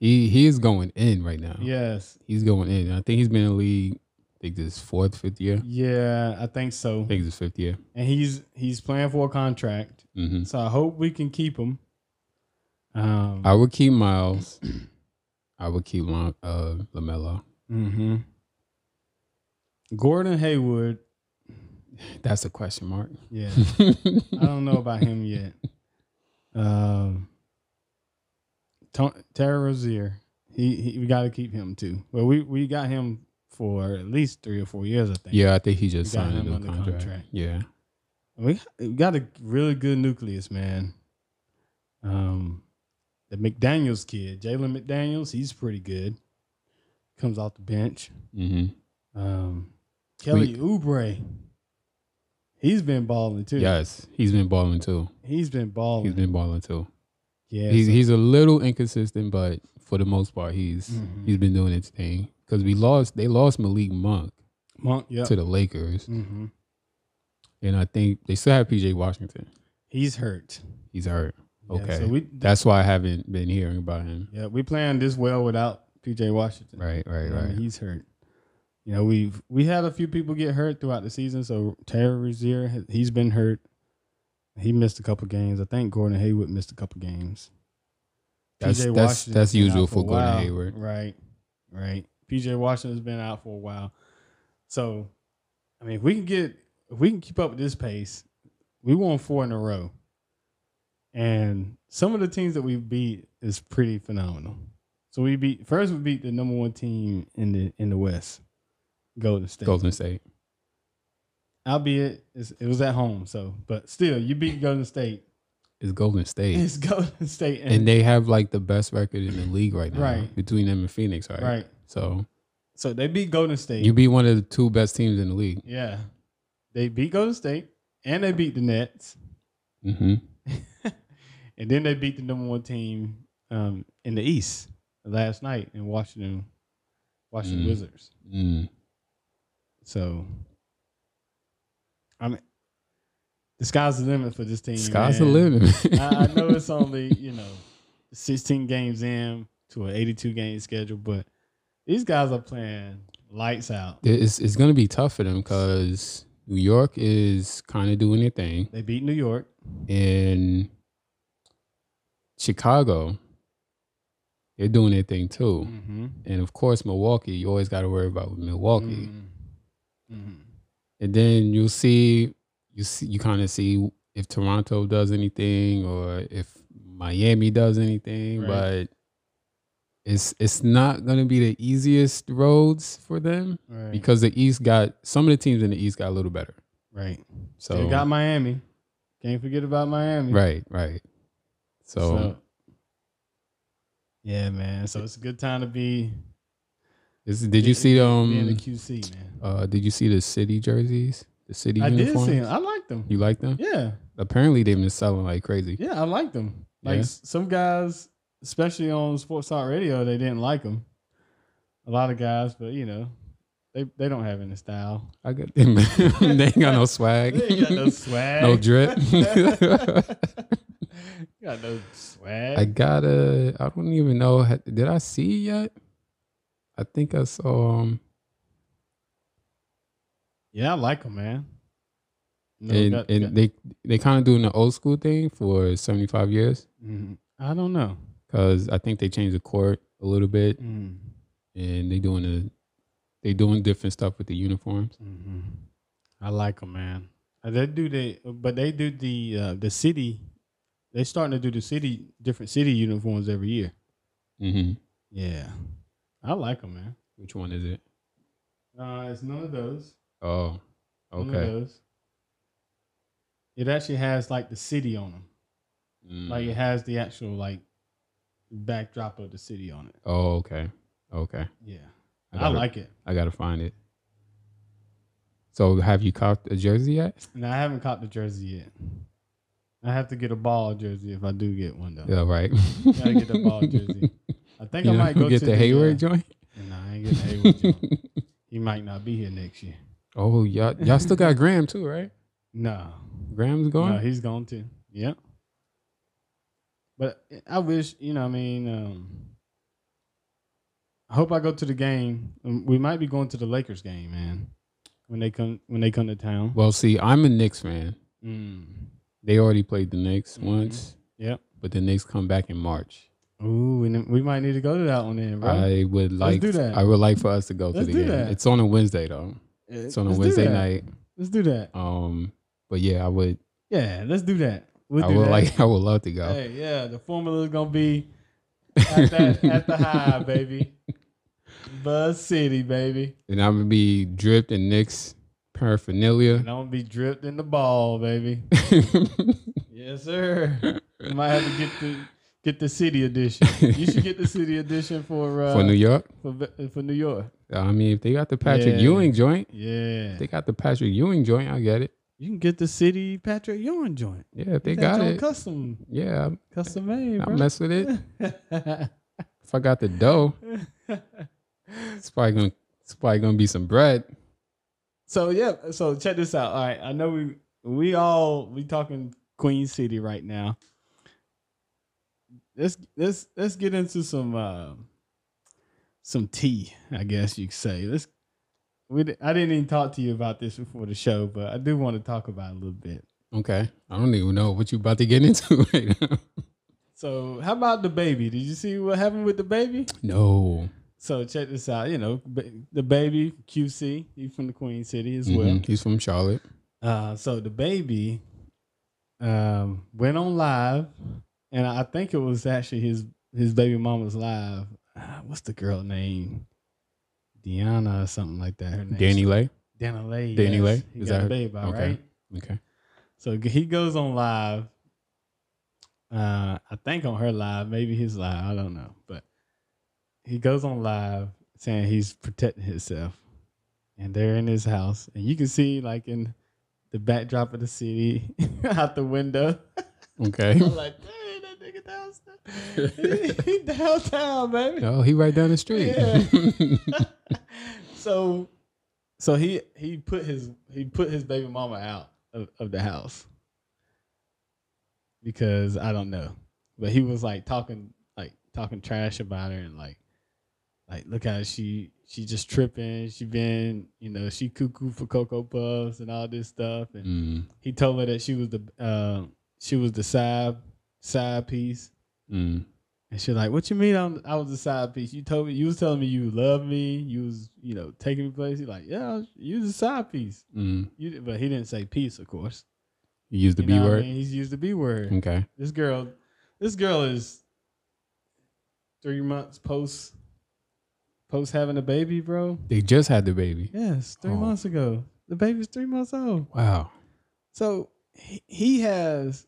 [SPEAKER 5] he he is going in right now.
[SPEAKER 4] Yes.
[SPEAKER 5] He's going in. I think he's been in the league I think this is fourth, fifth year.
[SPEAKER 4] Yeah, I think so.
[SPEAKER 5] I think it's his fifth year.
[SPEAKER 4] And he's he's playing for a contract.
[SPEAKER 5] hmm
[SPEAKER 4] So I hope we can keep him. Um
[SPEAKER 5] I would keep Miles. I would keep Lon, uh, Lamelo.
[SPEAKER 4] hmm Gordon Hayward,
[SPEAKER 5] That's a question mark.
[SPEAKER 4] yeah, I don't know about him yet. Um, Ton- Terry Rozier, he, he we got to keep him too. Well, we we got him for at least three or four years, I think.
[SPEAKER 5] Yeah, I think he just
[SPEAKER 4] You got
[SPEAKER 5] signed a
[SPEAKER 4] him
[SPEAKER 5] new
[SPEAKER 4] under
[SPEAKER 5] contract.
[SPEAKER 4] contract.
[SPEAKER 5] Yeah.
[SPEAKER 4] we, we got a really good nucleus, man. Um, the McDaniel's kid, Jalen McDaniel's, he's pretty good. Comes
[SPEAKER 5] Mm-hmm.
[SPEAKER 4] off the bench.
[SPEAKER 5] hmm
[SPEAKER 4] Um, Kelly Oubre. He's been balling too.
[SPEAKER 5] Yes, he's been balling too.
[SPEAKER 4] He's been balling.
[SPEAKER 5] He's been balling too.
[SPEAKER 4] yeah.
[SPEAKER 5] He's
[SPEAKER 4] so-
[SPEAKER 5] he's a little inconsistent, but for the most part, he's
[SPEAKER 4] Mm-hmm.
[SPEAKER 5] he's been doing his thing. Because we lost, they lost Malik Monk
[SPEAKER 4] Monk, yeah.
[SPEAKER 5] to the Lakers,
[SPEAKER 4] hmm
[SPEAKER 5] and I think they still have PJ Washington.
[SPEAKER 4] He's hurt.
[SPEAKER 5] He's hurt.
[SPEAKER 4] Yeah,
[SPEAKER 5] Okay,
[SPEAKER 4] so we
[SPEAKER 5] that's why I haven't been hearing about him.
[SPEAKER 4] yeah, we playing this well without PJ Washington.
[SPEAKER 5] Right, right,
[SPEAKER 4] You know,
[SPEAKER 5] right.
[SPEAKER 4] He's hurt. You know, we've we had a few people get hurt throughout the season. So Terry Rozier, he- he's been hurt. He missed a couple games. I think Gordon Hayward missed a couple games.
[SPEAKER 5] That's-
[SPEAKER 4] PJ
[SPEAKER 5] that's-
[SPEAKER 4] Washington's
[SPEAKER 5] that's
[SPEAKER 4] been out
[SPEAKER 5] usual
[SPEAKER 4] a
[SPEAKER 5] for Gordon
[SPEAKER 4] while.
[SPEAKER 5] Hayward.
[SPEAKER 4] Right, right. PJ Washington's been out for a while. So, I mean, if we can get if we can keep up with this pace, we won four in a row. And some of the teams that we beat is pretty phenomenal. So we beat first we beat the number one team in the in the West, Golden State.
[SPEAKER 5] Golden State.
[SPEAKER 4] Albeit it's, it was at home, so but still you beat Golden State.
[SPEAKER 5] It's Golden State.
[SPEAKER 4] It's Golden State
[SPEAKER 5] and they have like the best record in the league right now,
[SPEAKER 4] Right.
[SPEAKER 5] Between them and Phoenix, right?
[SPEAKER 4] Right.
[SPEAKER 5] So
[SPEAKER 4] so they beat Golden State.
[SPEAKER 5] you beat one of the two best teams in the league.
[SPEAKER 4] yeah. They beat Golden State and they beat the Nets.
[SPEAKER 5] hmm
[SPEAKER 4] And then they beat the number one team um, in the East last night in Washington Washington
[SPEAKER 5] Mm.
[SPEAKER 4] Wizards.
[SPEAKER 5] Mm.
[SPEAKER 4] So, I mean, the sky's the limit for this team.
[SPEAKER 5] Sky's the
[SPEAKER 4] man.
[SPEAKER 5] limit. man.
[SPEAKER 4] I, I know it's only you know, sixteen games in to an eighty-two game schedule, but these guys are playing lights out.
[SPEAKER 5] it's it's gonna be tough for them because New York is kind of doing their thing,
[SPEAKER 4] They beat New York.
[SPEAKER 5] and Chicago, they're doing their thing too,
[SPEAKER 4] Mm-hmm.
[SPEAKER 5] and of course Milwaukee. You always got to worry about Milwaukee.
[SPEAKER 4] Mm. Mm-hmm.
[SPEAKER 5] and then you'll see you see you kind of see if Toronto does anything or if Miami does anything,
[SPEAKER 4] Right.
[SPEAKER 5] but it's it's not gonna be the easiest roads for them
[SPEAKER 4] Right.
[SPEAKER 5] because the East got some of the teams in the East got a little better.
[SPEAKER 4] right.
[SPEAKER 5] So
[SPEAKER 4] they got Miami. Can't forget about Miami.
[SPEAKER 5] right, right. So,
[SPEAKER 4] yeah, man. So it's a good time to be.
[SPEAKER 5] this, did you see
[SPEAKER 4] be in the
[SPEAKER 5] um
[SPEAKER 4] QC, man?
[SPEAKER 5] uh, did you see the city jerseys, the city
[SPEAKER 4] I did
[SPEAKER 5] uniforms?
[SPEAKER 4] see him. I liked them.
[SPEAKER 5] You like them?
[SPEAKER 4] Yeah.
[SPEAKER 5] Apparently they've been selling like crazy.
[SPEAKER 4] Yeah, I liked them. Like
[SPEAKER 5] Yeah?
[SPEAKER 4] s- some guys, especially on Sports Talk Radio, they didn't like them. A lot of guys, but you know, they they don't have any style.
[SPEAKER 5] I got them. they ain't got no swag.
[SPEAKER 4] They ain't got no swag.
[SPEAKER 5] No drip.
[SPEAKER 4] got no swag.
[SPEAKER 5] I gotta. I don't even know. ha- Did I see it yet? I think I saw. Um,
[SPEAKER 4] yeah, I like them, man. No,
[SPEAKER 5] and
[SPEAKER 4] got-
[SPEAKER 5] and
[SPEAKER 4] got-
[SPEAKER 5] they they kind of doing the old school thing for seventy five years
[SPEAKER 4] Mhm. I don't know.
[SPEAKER 5] because I think they changed the court a little bit
[SPEAKER 4] Mm,
[SPEAKER 5] and they doing a they doing different stuff with the uniforms.
[SPEAKER 4] mhm. I like them, man. Uh, They do the, but they do the uh, the city. They starting to do the city different city uniforms every year.
[SPEAKER 5] hmm
[SPEAKER 4] Yeah, I like them, man.
[SPEAKER 5] Which one is it?
[SPEAKER 4] Uh, it's none of those.
[SPEAKER 5] Oh,
[SPEAKER 4] None of
[SPEAKER 5] okay.
[SPEAKER 4] those. It actually has like the city on them.
[SPEAKER 5] Mm.
[SPEAKER 4] Mm-hmm. Like it has the actual like backdrop of the city on it.
[SPEAKER 5] oh, okay, okay.
[SPEAKER 4] Yeah,
[SPEAKER 5] I
[SPEAKER 4] I,
[SPEAKER 5] gotta-
[SPEAKER 4] like it.
[SPEAKER 5] I gotta find it. So, have you copped a jersey yet?
[SPEAKER 4] And I haven't caught the jersey yet. I have to get a ball jersey if I do get one though.
[SPEAKER 5] Yeah, right.
[SPEAKER 4] Gotta get the ball jersey. I think I
[SPEAKER 5] You know,
[SPEAKER 4] might go
[SPEAKER 5] get
[SPEAKER 4] to
[SPEAKER 5] the Hayward
[SPEAKER 4] Uh,
[SPEAKER 5] joint.
[SPEAKER 4] no, I ain't getting the Hayward joint. He might not be here next year.
[SPEAKER 5] Oh, y'all, y'all still got Graham too, right?
[SPEAKER 4] No,
[SPEAKER 5] Graham's
[SPEAKER 4] No,
[SPEAKER 5] gone.
[SPEAKER 4] he's gone too. Yeah. But I wish, you know, I mean, um, I hope I go to the game. Um, We might be going to the Lakers game, man. When they come, when they come to town.
[SPEAKER 5] well, see, I'm a Knicks fan.
[SPEAKER 4] Mm.
[SPEAKER 5] They already played the Knicks
[SPEAKER 4] Mhm.
[SPEAKER 5] once,
[SPEAKER 4] Yep.
[SPEAKER 5] but the Knicks come back in March.
[SPEAKER 4] Ooh, we, ne- we might need to go to that one then, bro.
[SPEAKER 5] I would like.
[SPEAKER 4] do that.
[SPEAKER 5] I would like for us to go
[SPEAKER 4] Let's
[SPEAKER 5] to the
[SPEAKER 4] do
[SPEAKER 5] game.
[SPEAKER 4] that.
[SPEAKER 5] It's on a Wednesday though. It's on a
[SPEAKER 4] Let's do
[SPEAKER 5] Wednesday
[SPEAKER 4] that.
[SPEAKER 5] night.
[SPEAKER 4] Let's do that.
[SPEAKER 5] Um, but yeah, I would.
[SPEAKER 4] Yeah, let's do that. We'll
[SPEAKER 5] I
[SPEAKER 4] do
[SPEAKER 5] would
[SPEAKER 4] that.
[SPEAKER 5] like. I would love to go.
[SPEAKER 4] Hey, yeah, the formula is gonna be at, that, at the high, baby. Buzz City, baby.
[SPEAKER 5] And I'm gonna be dripped in Knicks paraphernalia.
[SPEAKER 4] And I'm gonna be dripped in the ball, baby. Yes, sir. You might have to get the get the city edition. You should get the city edition for uh,
[SPEAKER 5] for New York.
[SPEAKER 4] for, Ve- for New York.
[SPEAKER 5] I mean, if they got the Patrick
[SPEAKER 4] Yeah.
[SPEAKER 5] Ewing joint,
[SPEAKER 4] Yeah,
[SPEAKER 5] if they got the Patrick Ewing joint. I get it.
[SPEAKER 4] You can get the city Patrick Yon joint.
[SPEAKER 5] Yeah, if they
[SPEAKER 4] Get
[SPEAKER 5] got
[SPEAKER 4] joint
[SPEAKER 5] it.
[SPEAKER 4] Custom,
[SPEAKER 5] Yeah, I'm-
[SPEAKER 4] custom made,
[SPEAKER 5] I'll
[SPEAKER 4] bro.
[SPEAKER 5] mess with it. if I got the dough, it's probably gonna it's probably gonna be some bread.
[SPEAKER 4] so yeah, so check this out. All right, I know we we all we talking Queen City right now. Let's let's let's get into some uh, some tea, I guess you could say. Let's we di- I didn't even talk to you about this before the show, but I do want to talk about it a little bit.
[SPEAKER 5] Okay, I don't even know what you about to get into right now.
[SPEAKER 4] So how about the baby? Did you see what happened with the baby?
[SPEAKER 5] No,
[SPEAKER 4] So check this out. You know, ba- the baby QC, he's from the Queen City as well.
[SPEAKER 5] Mhm, he's from Charlotte.
[SPEAKER 4] Uh, so the baby um, went on live, and I think it was actually his his baby mama's live. Uh, what's the girl name? Deanna or something like that. Her name.
[SPEAKER 5] Danny Lay.
[SPEAKER 4] Dana Lay.
[SPEAKER 5] Danny
[SPEAKER 4] yes.
[SPEAKER 5] Lay?
[SPEAKER 4] He
[SPEAKER 5] Is
[SPEAKER 4] got
[SPEAKER 5] that
[SPEAKER 4] a
[SPEAKER 5] her?
[SPEAKER 4] baby, all
[SPEAKER 5] Okay.
[SPEAKER 4] right?
[SPEAKER 5] Okay,
[SPEAKER 4] So g- he goes on live. Uh, I think on her live, maybe his live, I don't know, but he goes on live saying he's protecting himself, and they're in his house, and you can see like in the backdrop of the city out the window. I'm
[SPEAKER 5] okay.
[SPEAKER 4] like, dang, that nigga downstairs, he, he downtown, baby
[SPEAKER 5] Oh, he right down the street.
[SPEAKER 4] so so he he put his he put his baby mama out of, of the house because I don't know, but he was like talking like talking trash about her and like like look how she she just tripping she been you know she cuckoo for cocoa puffs and all this stuff and
[SPEAKER 5] mm,
[SPEAKER 4] he told her that she was the uh, she was the side side piece
[SPEAKER 5] mm,
[SPEAKER 4] and she's like, "What you mean? I'm, I was a side piece. You told me you was telling me you love me. You was you know taking me places. He's like, yeah, I was- you was a side piece.
[SPEAKER 5] mm.
[SPEAKER 4] You, di- but he didn't say peace, of course.
[SPEAKER 5] You use the Mm.
[SPEAKER 4] You
[SPEAKER 5] B
[SPEAKER 4] know what I
[SPEAKER 5] word.
[SPEAKER 4] mean? He's used the B word.
[SPEAKER 5] Okay.
[SPEAKER 4] This girl, this girl is three months post post having a baby, bro.
[SPEAKER 5] They just had the baby.
[SPEAKER 4] Yes, three
[SPEAKER 5] Oh.
[SPEAKER 4] months ago. The baby's three months old.
[SPEAKER 5] Wow.
[SPEAKER 4] So he, he has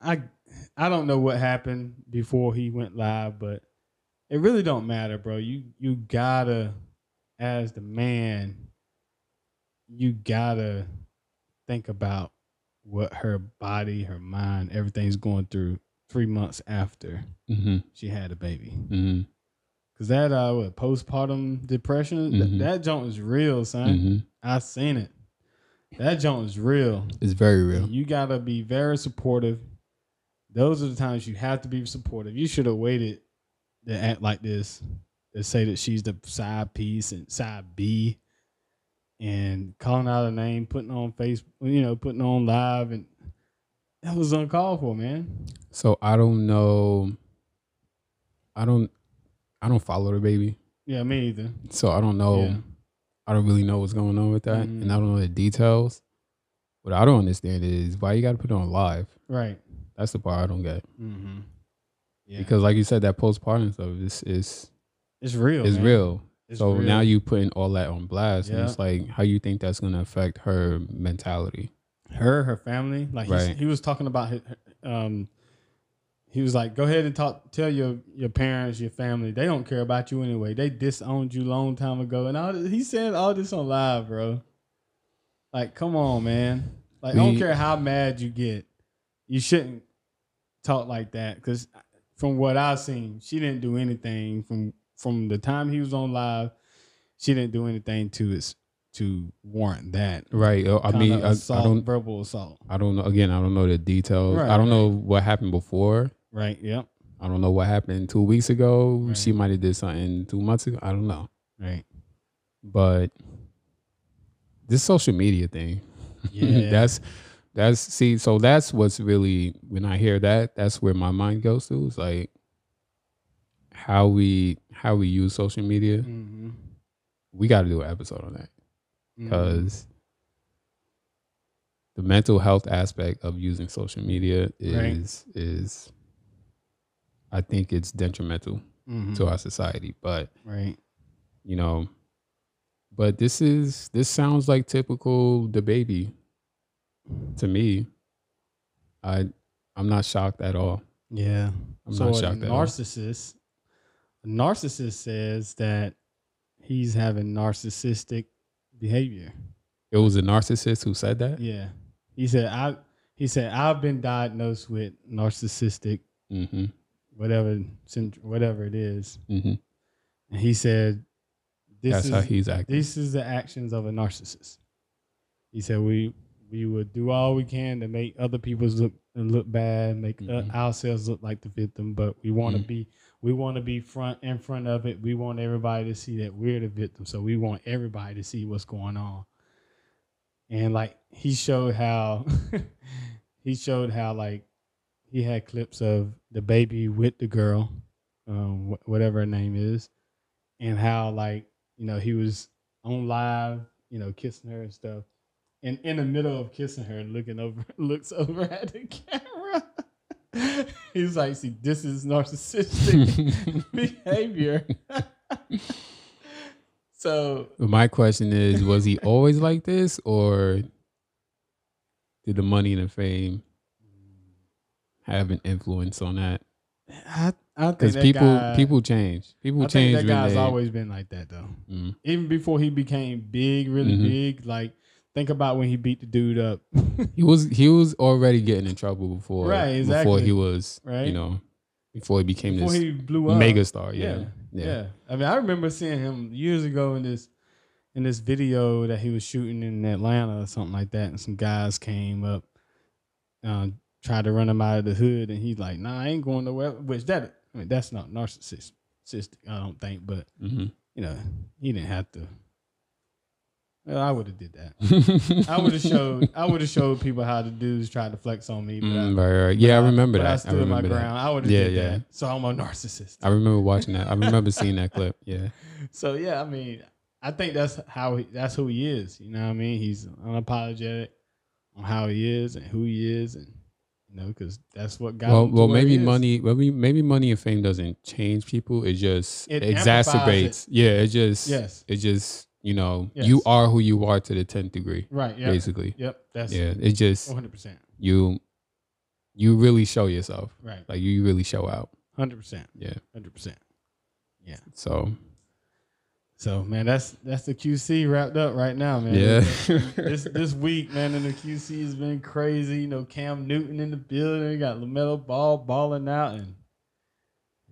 [SPEAKER 4] I I don't know what happened before he went live, but it really don't matter, bro. You you gotta as the man, you gotta think about what her body, her mind, everything's going through three months after
[SPEAKER 5] hmm
[SPEAKER 4] she had a baby.
[SPEAKER 5] hmm
[SPEAKER 4] Cause that uh what, postpartum depression, th-
[SPEAKER 5] Mhm.
[SPEAKER 4] that joint is real, son.
[SPEAKER 5] hmm
[SPEAKER 4] I seen it. That joint is real.
[SPEAKER 5] It's very real.
[SPEAKER 4] You gotta be very supportive. Those are the times you have to be supportive. You should have waited to act like this, to say that she's the side piece and side B, and calling out her name, putting on Facebook, you know, putting on live, and that was uncalled for, man.
[SPEAKER 5] So I don't know. I don't. I don't follow the baby,
[SPEAKER 4] Yeah, me either.
[SPEAKER 5] so I don't know.
[SPEAKER 4] Yeah.
[SPEAKER 5] I don't really know what's going on with that,
[SPEAKER 4] Mhm.
[SPEAKER 5] and I don't know the details. What I don't understand is why you got to put it on live.
[SPEAKER 4] Right.
[SPEAKER 5] That's the part I don't get
[SPEAKER 4] Mm-hmm. Yeah.
[SPEAKER 5] because, like you said, that postpartum stuff is is
[SPEAKER 4] it's real.
[SPEAKER 5] is
[SPEAKER 4] man.
[SPEAKER 5] real.
[SPEAKER 4] It's
[SPEAKER 5] so
[SPEAKER 4] real.
[SPEAKER 5] now you putting all that on blast,
[SPEAKER 4] Yeah.
[SPEAKER 5] and it's like how you think that's gonna affect her mentality.
[SPEAKER 4] her, her family. Like he's
[SPEAKER 5] Right.
[SPEAKER 4] he was talking about, his, um, he was like, "Go ahead and talk, tell your your parents, your family. They don't care about you anyway. They disowned you long time ago." And all this, he said all this on live, bro. Like, come on, man. Like, I don't
[SPEAKER 5] We-
[SPEAKER 4] care how mad you get, you shouldn't talk like that. Because from what I've seen, she didn't do anything from from the time he was on live. She didn't do anything to it to warrant that.
[SPEAKER 5] Right. I
[SPEAKER 4] kinda
[SPEAKER 5] mean, I, I
[SPEAKER 4] assault,
[SPEAKER 5] don't.
[SPEAKER 4] verbal assault.
[SPEAKER 5] I don't know. Again, I don't know the details.
[SPEAKER 4] Right,
[SPEAKER 5] I don't
[SPEAKER 4] right.
[SPEAKER 5] know what happened before.
[SPEAKER 4] Right. Yep.
[SPEAKER 5] I don't know what happened two weeks ago.
[SPEAKER 4] Right.
[SPEAKER 5] She might have did something two months ago. I don't know.
[SPEAKER 4] Right.
[SPEAKER 5] But this social media thing,
[SPEAKER 4] Yeah.
[SPEAKER 5] that's that's see. So that's what's really when I hear that, that's where my mind goes to. It's like how we how we use social media.
[SPEAKER 4] mm-hmm.
[SPEAKER 5] We got to do an episode on that because the mental health aspect of using social media
[SPEAKER 4] Right.
[SPEAKER 5] is is I think it's detrimental to our society. But
[SPEAKER 4] Mm-hmm. right.
[SPEAKER 5] you know, but this is this sounds like typical the baby to me. I I'm not shocked at all.
[SPEAKER 4] Yeah.
[SPEAKER 5] I'm
[SPEAKER 4] so
[SPEAKER 5] not
[SPEAKER 4] a
[SPEAKER 5] shocked at all.
[SPEAKER 4] narcissist, a narcissist says that he's having narcissistic behavior.
[SPEAKER 5] It was a narcissist who said that.
[SPEAKER 4] Yeah. He said I he said I've been diagnosed with narcissistic
[SPEAKER 5] Mm-hmm.
[SPEAKER 4] whatever synd- whatever it is.
[SPEAKER 5] Mm-hmm.
[SPEAKER 4] And he said this
[SPEAKER 5] That's
[SPEAKER 4] is
[SPEAKER 5] how he's acting.
[SPEAKER 4] this is the actions of a narcissist. He said we we would do all we can to make other people's look look bad, make uh,
[SPEAKER 5] Mhm.
[SPEAKER 4] ourselves look like the victim, but we want to
[SPEAKER 5] Mhm.
[SPEAKER 4] be we want to be front in front of it. We want everybody to see that we're the victim, so we want everybody to see what's going on. And like he showed how he showed how like he had clips of the baby with the girl, um, wh- whatever her name is, and how like you know he was on live, you know, kissing her and stuff. And in the middle of kissing her, looking over, looks over at the camera. He's like, "See, this is narcissistic behavior." so
[SPEAKER 5] My question is, was he always like this, or did the money and the fame have an influence on that?
[SPEAKER 4] I, I think
[SPEAKER 5] Because
[SPEAKER 4] that
[SPEAKER 5] people
[SPEAKER 4] guy-
[SPEAKER 5] people change. People
[SPEAKER 4] I
[SPEAKER 5] change.
[SPEAKER 4] think that
[SPEAKER 5] when
[SPEAKER 4] guy's
[SPEAKER 5] they-
[SPEAKER 4] always been like that though.
[SPEAKER 5] Mm.
[SPEAKER 4] Even before he became big, really
[SPEAKER 5] Mhm.
[SPEAKER 4] big, like think about when he beat the dude up.
[SPEAKER 5] He was he was already getting in trouble before
[SPEAKER 4] Right,
[SPEAKER 5] before
[SPEAKER 4] exactly.
[SPEAKER 5] he was
[SPEAKER 4] Right.
[SPEAKER 5] you know before he became
[SPEAKER 4] before
[SPEAKER 5] this
[SPEAKER 4] he blew up.
[SPEAKER 5] mega star. Oh, Yeah.
[SPEAKER 4] yeah, yeah. I mean, I remember seeing him years ago in this in this video that he was shooting in Atlanta or something like that, and some guys came up, um, tried to run him out of the hood, and he's like, "Nah, I ain't going nowhere." Which that I mean, that's not narcissistic, I don't think, but you know, he didn't have to. Well, I would have did that.
[SPEAKER 5] Mhm.
[SPEAKER 4] I would have showed. I would have showed people how the dudes tried to flex on me. But I-
[SPEAKER 5] Mm, right, right. Yeah, I remember
[SPEAKER 4] but
[SPEAKER 5] that.
[SPEAKER 4] I stood
[SPEAKER 5] remember
[SPEAKER 4] my
[SPEAKER 5] that.
[SPEAKER 4] ground. I would have
[SPEAKER 5] Yeah,
[SPEAKER 4] did
[SPEAKER 5] yeah.
[SPEAKER 4] that. So I'm a narcissist.
[SPEAKER 5] I remember watching that. I remember seeing that clip. Yeah.
[SPEAKER 4] So yeah, I mean, I think that's how he, that's who he is. You know what I mean? He's unapologetic on how he is and who he is, and you know, because that's what got
[SPEAKER 5] well,
[SPEAKER 4] him. to
[SPEAKER 5] well,
[SPEAKER 4] where he
[SPEAKER 5] maybe
[SPEAKER 4] is.
[SPEAKER 5] money, maybe maybe money and fame doesn't change people. It just
[SPEAKER 4] It amplifies
[SPEAKER 5] exacerbates. Yeah, it just.
[SPEAKER 4] Yes.
[SPEAKER 5] It just you know
[SPEAKER 4] Yes.
[SPEAKER 5] you are who you are to the tenth degree,
[SPEAKER 4] Right. Yep. Oh,
[SPEAKER 5] basically.
[SPEAKER 4] Yep. That's
[SPEAKER 5] Yeah. It just
[SPEAKER 4] 100. percent
[SPEAKER 5] you you really show yourself.
[SPEAKER 4] Right.
[SPEAKER 5] Like you really show out.
[SPEAKER 4] 100. percent
[SPEAKER 5] Yeah.
[SPEAKER 4] 100. percent
[SPEAKER 5] So
[SPEAKER 4] So man, that's that's the QC wrapped up right now, man.
[SPEAKER 5] yeah.
[SPEAKER 4] this this week, man, in the QC has been crazy. You know, Cam Newton in the building. We got Lamelo Ball balling out, and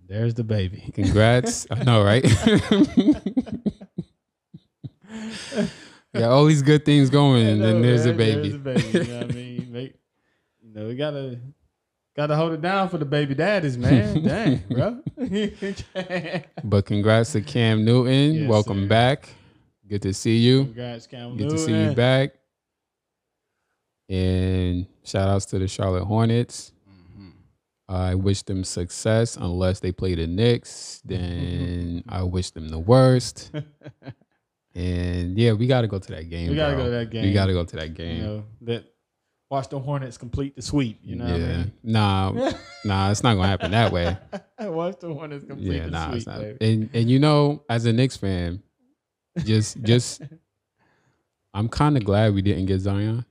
[SPEAKER 4] there's the baby.
[SPEAKER 5] Congrats. I know, right? Got all these good things going, and
[SPEAKER 4] I know,
[SPEAKER 5] then there's a
[SPEAKER 4] man,
[SPEAKER 5] baby.
[SPEAKER 4] There's a baby. You know what I mean? Make, you know, we gotta gotta hold it down for the baby daddies, man. Dang, bro.
[SPEAKER 5] But congrats to Cam Newton.
[SPEAKER 4] Yes,
[SPEAKER 5] Welcome
[SPEAKER 4] sir.
[SPEAKER 5] back. Good to see you.
[SPEAKER 4] Congrats, Cam.
[SPEAKER 5] Good to see you
[SPEAKER 4] Newton.
[SPEAKER 5] back. And shout outs to the Charlotte Hornets.
[SPEAKER 4] Mm-hmm.
[SPEAKER 5] I wish them success unless they play the Knicks. Then I wish them the worst. and yeah, we gotta go to that game.
[SPEAKER 4] We gotta
[SPEAKER 5] bro.
[SPEAKER 4] go to that game.
[SPEAKER 5] We gotta go to that game.
[SPEAKER 4] You know that. Watch the Hornets complete the sweep. You know what I mean?
[SPEAKER 5] Nah, nah, it's not gonna happen that way.
[SPEAKER 4] Watch the Hornets complete
[SPEAKER 5] yeah,
[SPEAKER 4] the
[SPEAKER 5] nah,
[SPEAKER 4] sweep.
[SPEAKER 5] it's not.
[SPEAKER 4] baby.
[SPEAKER 5] And and you know, as a Knicks fan, just just I'm kind of glad we didn't get Zion.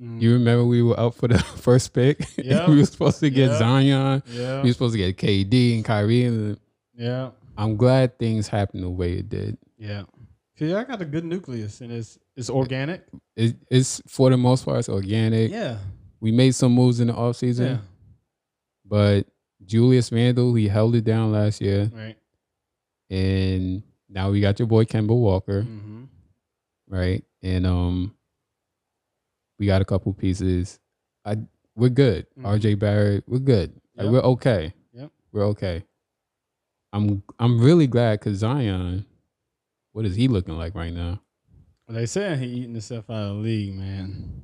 [SPEAKER 4] Mm.
[SPEAKER 5] Mm-hmm. You remember we were up for the first pick.
[SPEAKER 4] Yeah.
[SPEAKER 5] we were supposed to get
[SPEAKER 4] Yeah.
[SPEAKER 5] Zion.
[SPEAKER 4] Yeah.
[SPEAKER 5] We were supposed to get KD and Kyrie. And
[SPEAKER 4] Yeah.
[SPEAKER 5] I'm glad things happened the way it did.
[SPEAKER 4] Yeah. See, I got a good nucleus and it's it's organic.
[SPEAKER 5] It, it's for the most part, it's organic.
[SPEAKER 4] Yeah.
[SPEAKER 5] We made some moves in the offseason,
[SPEAKER 4] Yeah.
[SPEAKER 5] but Julius Randle, he held it down last year.
[SPEAKER 4] Right.
[SPEAKER 5] and now we got your boy Kemba Walker,
[SPEAKER 4] Mm-hmm.
[SPEAKER 5] right? And um, we got a couple pieces. I we're good.
[SPEAKER 4] Mhm.
[SPEAKER 5] RJ Barrett, we're good. Like,
[SPEAKER 4] Yep.
[SPEAKER 5] we're okay.
[SPEAKER 4] Yep.
[SPEAKER 5] We're okay. I'm I'm really glad because Zion, what is he looking like right now?
[SPEAKER 4] They saying he eating himself out of the league, man.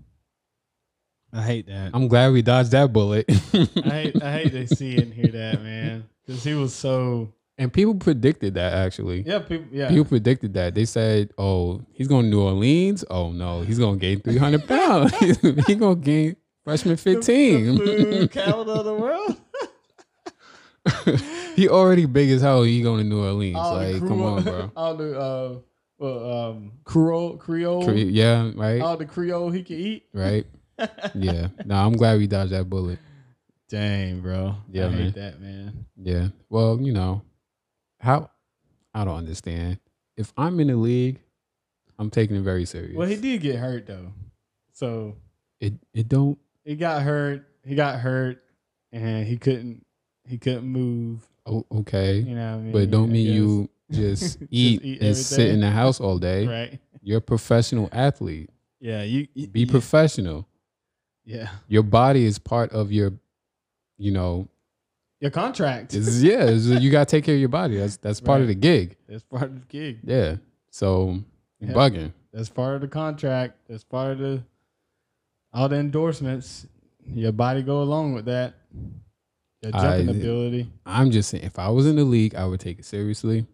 [SPEAKER 4] I hate that.
[SPEAKER 5] I'm glad we dodged that bullet.
[SPEAKER 4] I hate I hate to see and hear that, man. Because he was so
[SPEAKER 5] and people predicted that actually.
[SPEAKER 4] yeah, people yeah.
[SPEAKER 5] People predicted that. They said, "Oh, he's going to New Orleans. Oh no, he's going to gain 300 pounds. he's going to gain freshman
[SPEAKER 4] The- the
[SPEAKER 5] 15.
[SPEAKER 4] food capital of the world.
[SPEAKER 5] he already big as hell. He going to New Orleans.
[SPEAKER 4] All the
[SPEAKER 5] like, come
[SPEAKER 4] Creole-
[SPEAKER 5] on, bro.
[SPEAKER 4] All the uh, well, um, Creole, Creole,
[SPEAKER 5] Cre- Yeah, right,
[SPEAKER 4] all the Creole he can eat.
[SPEAKER 5] right. Yeah. Nah, I'm glad we dodged that bullet.
[SPEAKER 4] Dang, bro.
[SPEAKER 5] Yeah,
[SPEAKER 4] I
[SPEAKER 5] man.
[SPEAKER 4] hate that, man.
[SPEAKER 5] Yeah. Well, you know, how I don't understand. If I'm in the league I'm taking it very serious.
[SPEAKER 4] Well, he did get hurt though, so
[SPEAKER 5] It it don't.
[SPEAKER 4] he got hurt. He got hurt, and he couldn't. He couldn't move.
[SPEAKER 5] Oh, okay,
[SPEAKER 4] You know, what I mean,
[SPEAKER 5] but don't
[SPEAKER 4] I
[SPEAKER 5] mean
[SPEAKER 4] guess.
[SPEAKER 5] you just
[SPEAKER 4] Just
[SPEAKER 5] eat,
[SPEAKER 4] eat
[SPEAKER 5] and
[SPEAKER 4] every
[SPEAKER 5] sit
[SPEAKER 4] day.
[SPEAKER 5] in the house all day.
[SPEAKER 4] right.
[SPEAKER 5] You're a professional athlete.
[SPEAKER 4] Yeah, you you-
[SPEAKER 5] Be professional.
[SPEAKER 4] Yeah,
[SPEAKER 5] Your body is part of your, you know,
[SPEAKER 4] your contract is
[SPEAKER 5] it's, yeah. it's- you gotta take care of your body. That's that's part of
[SPEAKER 4] Right.
[SPEAKER 5] the gig.
[SPEAKER 4] that's part of the gig.
[SPEAKER 5] Yeah. So you're
[SPEAKER 4] Yeah.
[SPEAKER 5] bugging.
[SPEAKER 4] That's part of the contract. That's part of the all the endorsements. Your body go along with that. Your jumping
[SPEAKER 5] I-
[SPEAKER 4] ability.
[SPEAKER 5] I'm just saying, if I was in the league, I would take it seriously.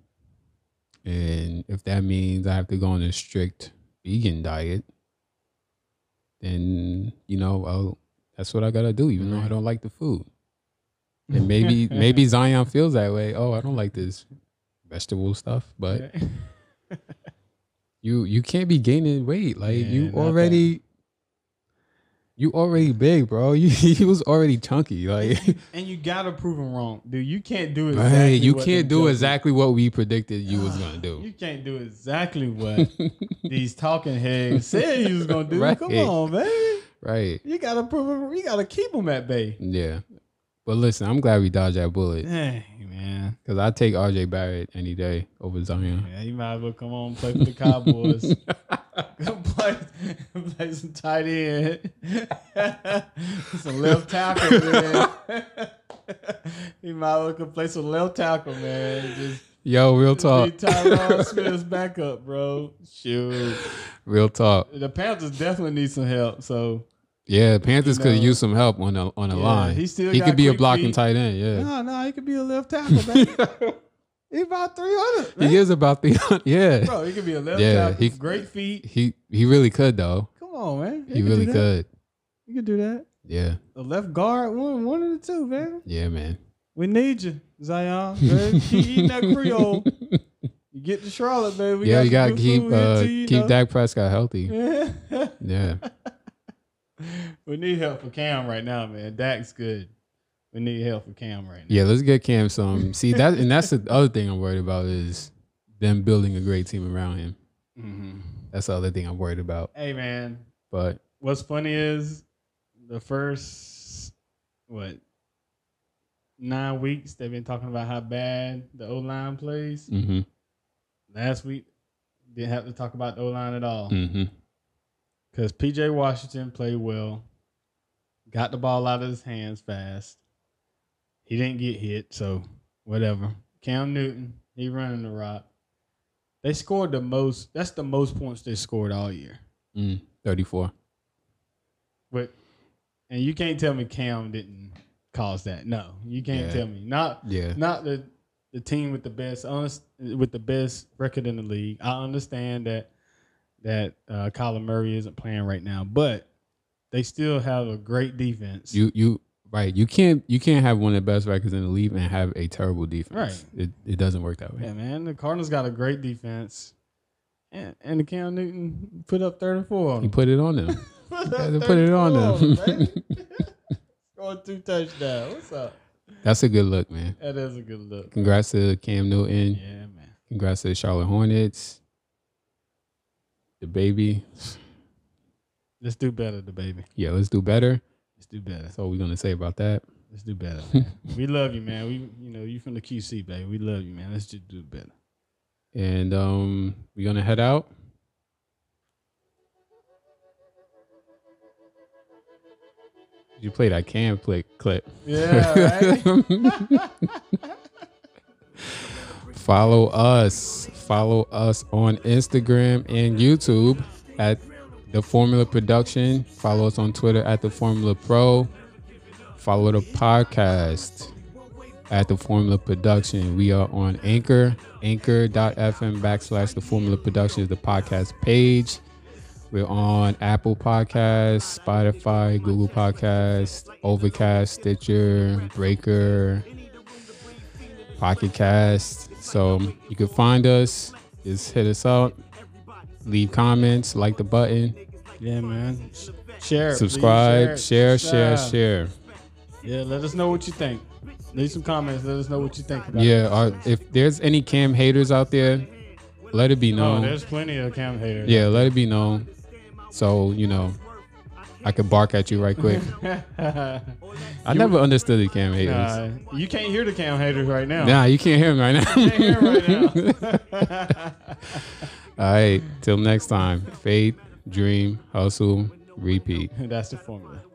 [SPEAKER 5] And if that means I have to go on a strict vegan diet, then you know, I'll, that's what I gotta do. Even though I don't like the food, and maybe maybe Zion feels that way. Oh, I don't like this vegetable stuff, but you you can't be gaining weight. Like
[SPEAKER 4] Yeah,
[SPEAKER 5] you
[SPEAKER 4] not that.
[SPEAKER 5] already. You already big, bro. You you was already chunky. Like
[SPEAKER 4] and you gotta prove him wrong, dude. You can't do exactly.
[SPEAKER 5] Hey, you
[SPEAKER 4] what
[SPEAKER 5] can't
[SPEAKER 4] them
[SPEAKER 5] do
[SPEAKER 4] jokers-
[SPEAKER 5] exactly what we predicted you was gonna do.
[SPEAKER 4] You can't do exactly what these talking heads said you was gonna do.
[SPEAKER 5] Right.
[SPEAKER 4] Come on, man.
[SPEAKER 5] Right.
[SPEAKER 4] You gotta prove him. You gotta keep him at bay.
[SPEAKER 5] Yeah. But listen, I'm glad we dodged that bullet
[SPEAKER 4] Dang, man.
[SPEAKER 5] because I take RJ Barrett any day over Zion.
[SPEAKER 4] Yeah, you might as well come on and play for the Cowboys. Come play, play some tight end, some left tackle, man. you might as well come play some left tackle, man. Just
[SPEAKER 5] Yo, real talk.
[SPEAKER 4] be Tyron Smith's backup, bro. Shoot,
[SPEAKER 5] Real talk.
[SPEAKER 4] the Panthers definitely need some help. So
[SPEAKER 5] Yeah, Panthers
[SPEAKER 4] You
[SPEAKER 5] could
[SPEAKER 4] know,
[SPEAKER 5] use some help on the on the
[SPEAKER 4] yeah,
[SPEAKER 5] line.
[SPEAKER 4] he still
[SPEAKER 5] he
[SPEAKER 4] got
[SPEAKER 5] could be a
[SPEAKER 4] quick
[SPEAKER 5] blocking
[SPEAKER 4] feet.
[SPEAKER 5] tight end. Yeah.
[SPEAKER 4] no, no, he could be a left tackle, man. He about three hundred,
[SPEAKER 5] He is about the yeah.
[SPEAKER 4] bro. He could be a left
[SPEAKER 5] Yeah,
[SPEAKER 4] tackle.
[SPEAKER 5] he-
[SPEAKER 4] Great feet.
[SPEAKER 5] He he really could though.
[SPEAKER 4] Come on, man.
[SPEAKER 5] He
[SPEAKER 4] can do
[SPEAKER 5] really
[SPEAKER 4] that.
[SPEAKER 5] could.
[SPEAKER 4] You can do that.
[SPEAKER 5] Yeah.
[SPEAKER 4] The left guard, one, one of the two, man.
[SPEAKER 5] Yeah, man.
[SPEAKER 4] We need you, Zion. Baby. Keep eating that Creole. You get to Charlotte, baby. We
[SPEAKER 5] yeah, you
[SPEAKER 4] got
[SPEAKER 5] gotta
[SPEAKER 4] some good
[SPEAKER 5] keep
[SPEAKER 4] food here
[SPEAKER 5] uh
[SPEAKER 4] too, you
[SPEAKER 5] keep
[SPEAKER 4] know.
[SPEAKER 5] Dak Prescott healthy. Yeah.
[SPEAKER 4] we need help for Cam right now, man. Dak's good. We need help for Cam right now.
[SPEAKER 5] Yeah, let's get Cam some. See that, and that's the other thing I'm worried about is them building a great team around him. Mm-hmm.
[SPEAKER 4] Mhm.
[SPEAKER 5] That's the other thing I'm worried about.
[SPEAKER 4] Hey, man.
[SPEAKER 5] But
[SPEAKER 4] What's funny is the first what nine weeks they've been talking about how bad the O line plays.
[SPEAKER 5] mm-hmm,
[SPEAKER 4] Last week didn't have to talk about the O line at all.
[SPEAKER 5] mm-hmm,
[SPEAKER 4] Because PJ Washington played well, got the ball out of his hands fast. He didn't get hit, so whatever. Cam Newton, he running the rock. They scored the most. That's the most points they scored all year.
[SPEAKER 5] mm, 34.
[SPEAKER 4] But and you can't tell me Cam didn't cause that. No, you can't
[SPEAKER 5] Yeah.
[SPEAKER 4] tell me. Not
[SPEAKER 5] Yeah,
[SPEAKER 4] not the the team with the best honest, with the best record in the league. I understand that that uh, Kyler Murray isn't playing right now, but they still have a great defense.
[SPEAKER 5] you you right. You can't you can't have one of the best records in the league and have a terrible defense. Right. It it doesn't work that way.
[SPEAKER 4] yeah, man. The Cardinals got a great defense, and and the Cam Newton put up thirty four on
[SPEAKER 5] You
[SPEAKER 4] them.
[SPEAKER 5] put it on them.
[SPEAKER 4] Put,
[SPEAKER 5] gotta put it on them.
[SPEAKER 4] Going two touchdowns. What's up?
[SPEAKER 5] That's a good look, man.
[SPEAKER 4] That is a good look.
[SPEAKER 5] Congrats to Cam Newton.
[SPEAKER 4] Yeah, man.
[SPEAKER 5] Congrats to the Charlotte Hornets. The baby.
[SPEAKER 4] Let's do better, the baby.
[SPEAKER 5] Yeah, let's do better.
[SPEAKER 4] Let's do better.
[SPEAKER 5] That's all we're gonna say about that.
[SPEAKER 4] Let's do better. Man. we love you, man. We you know you from the QC, baby. We love you, man. Let's just do better.
[SPEAKER 5] And um, we're gonna head out. You play that cam click clip.
[SPEAKER 4] Yeah, right.
[SPEAKER 5] Follow us. Follow us on Instagram and YouTube at the Formula Production. Follow us on Twitter at the Formula Pro. Follow the podcast at the Formula Production. We are on Anchor, anchor.fm backslash the Formula Production is the podcast page. We're on Apple Podcasts, Spotify, Google Podcasts, Overcast, Stitcher, Breaker, Pocket Cast. So you can find us. Just hit us up. Leave comments, like the button,
[SPEAKER 4] yeah, man. S- Share, it, please.
[SPEAKER 5] subscribe, share, share,
[SPEAKER 4] subscribe.
[SPEAKER 5] share.
[SPEAKER 4] Yeah, let us know what you think.
[SPEAKER 5] uh,
[SPEAKER 4] Leave some comments. Let us know what you think about it.
[SPEAKER 5] Yeah, or if there's any Cam haters out there, let it be
[SPEAKER 4] No,
[SPEAKER 5] known.
[SPEAKER 4] Oh, there's plenty of Cam haters.
[SPEAKER 5] yeah, let it be known. So you know, I could bark at you right quick. I never understood the Cam haters. Nah.
[SPEAKER 4] Nah, Uh, you can't hear the Cam haters right now.
[SPEAKER 5] you can't hear him right now.
[SPEAKER 4] You can't hear 'em right now.
[SPEAKER 5] All right, till next time. Faith, dream, hustle, repeat.
[SPEAKER 4] That's the formula.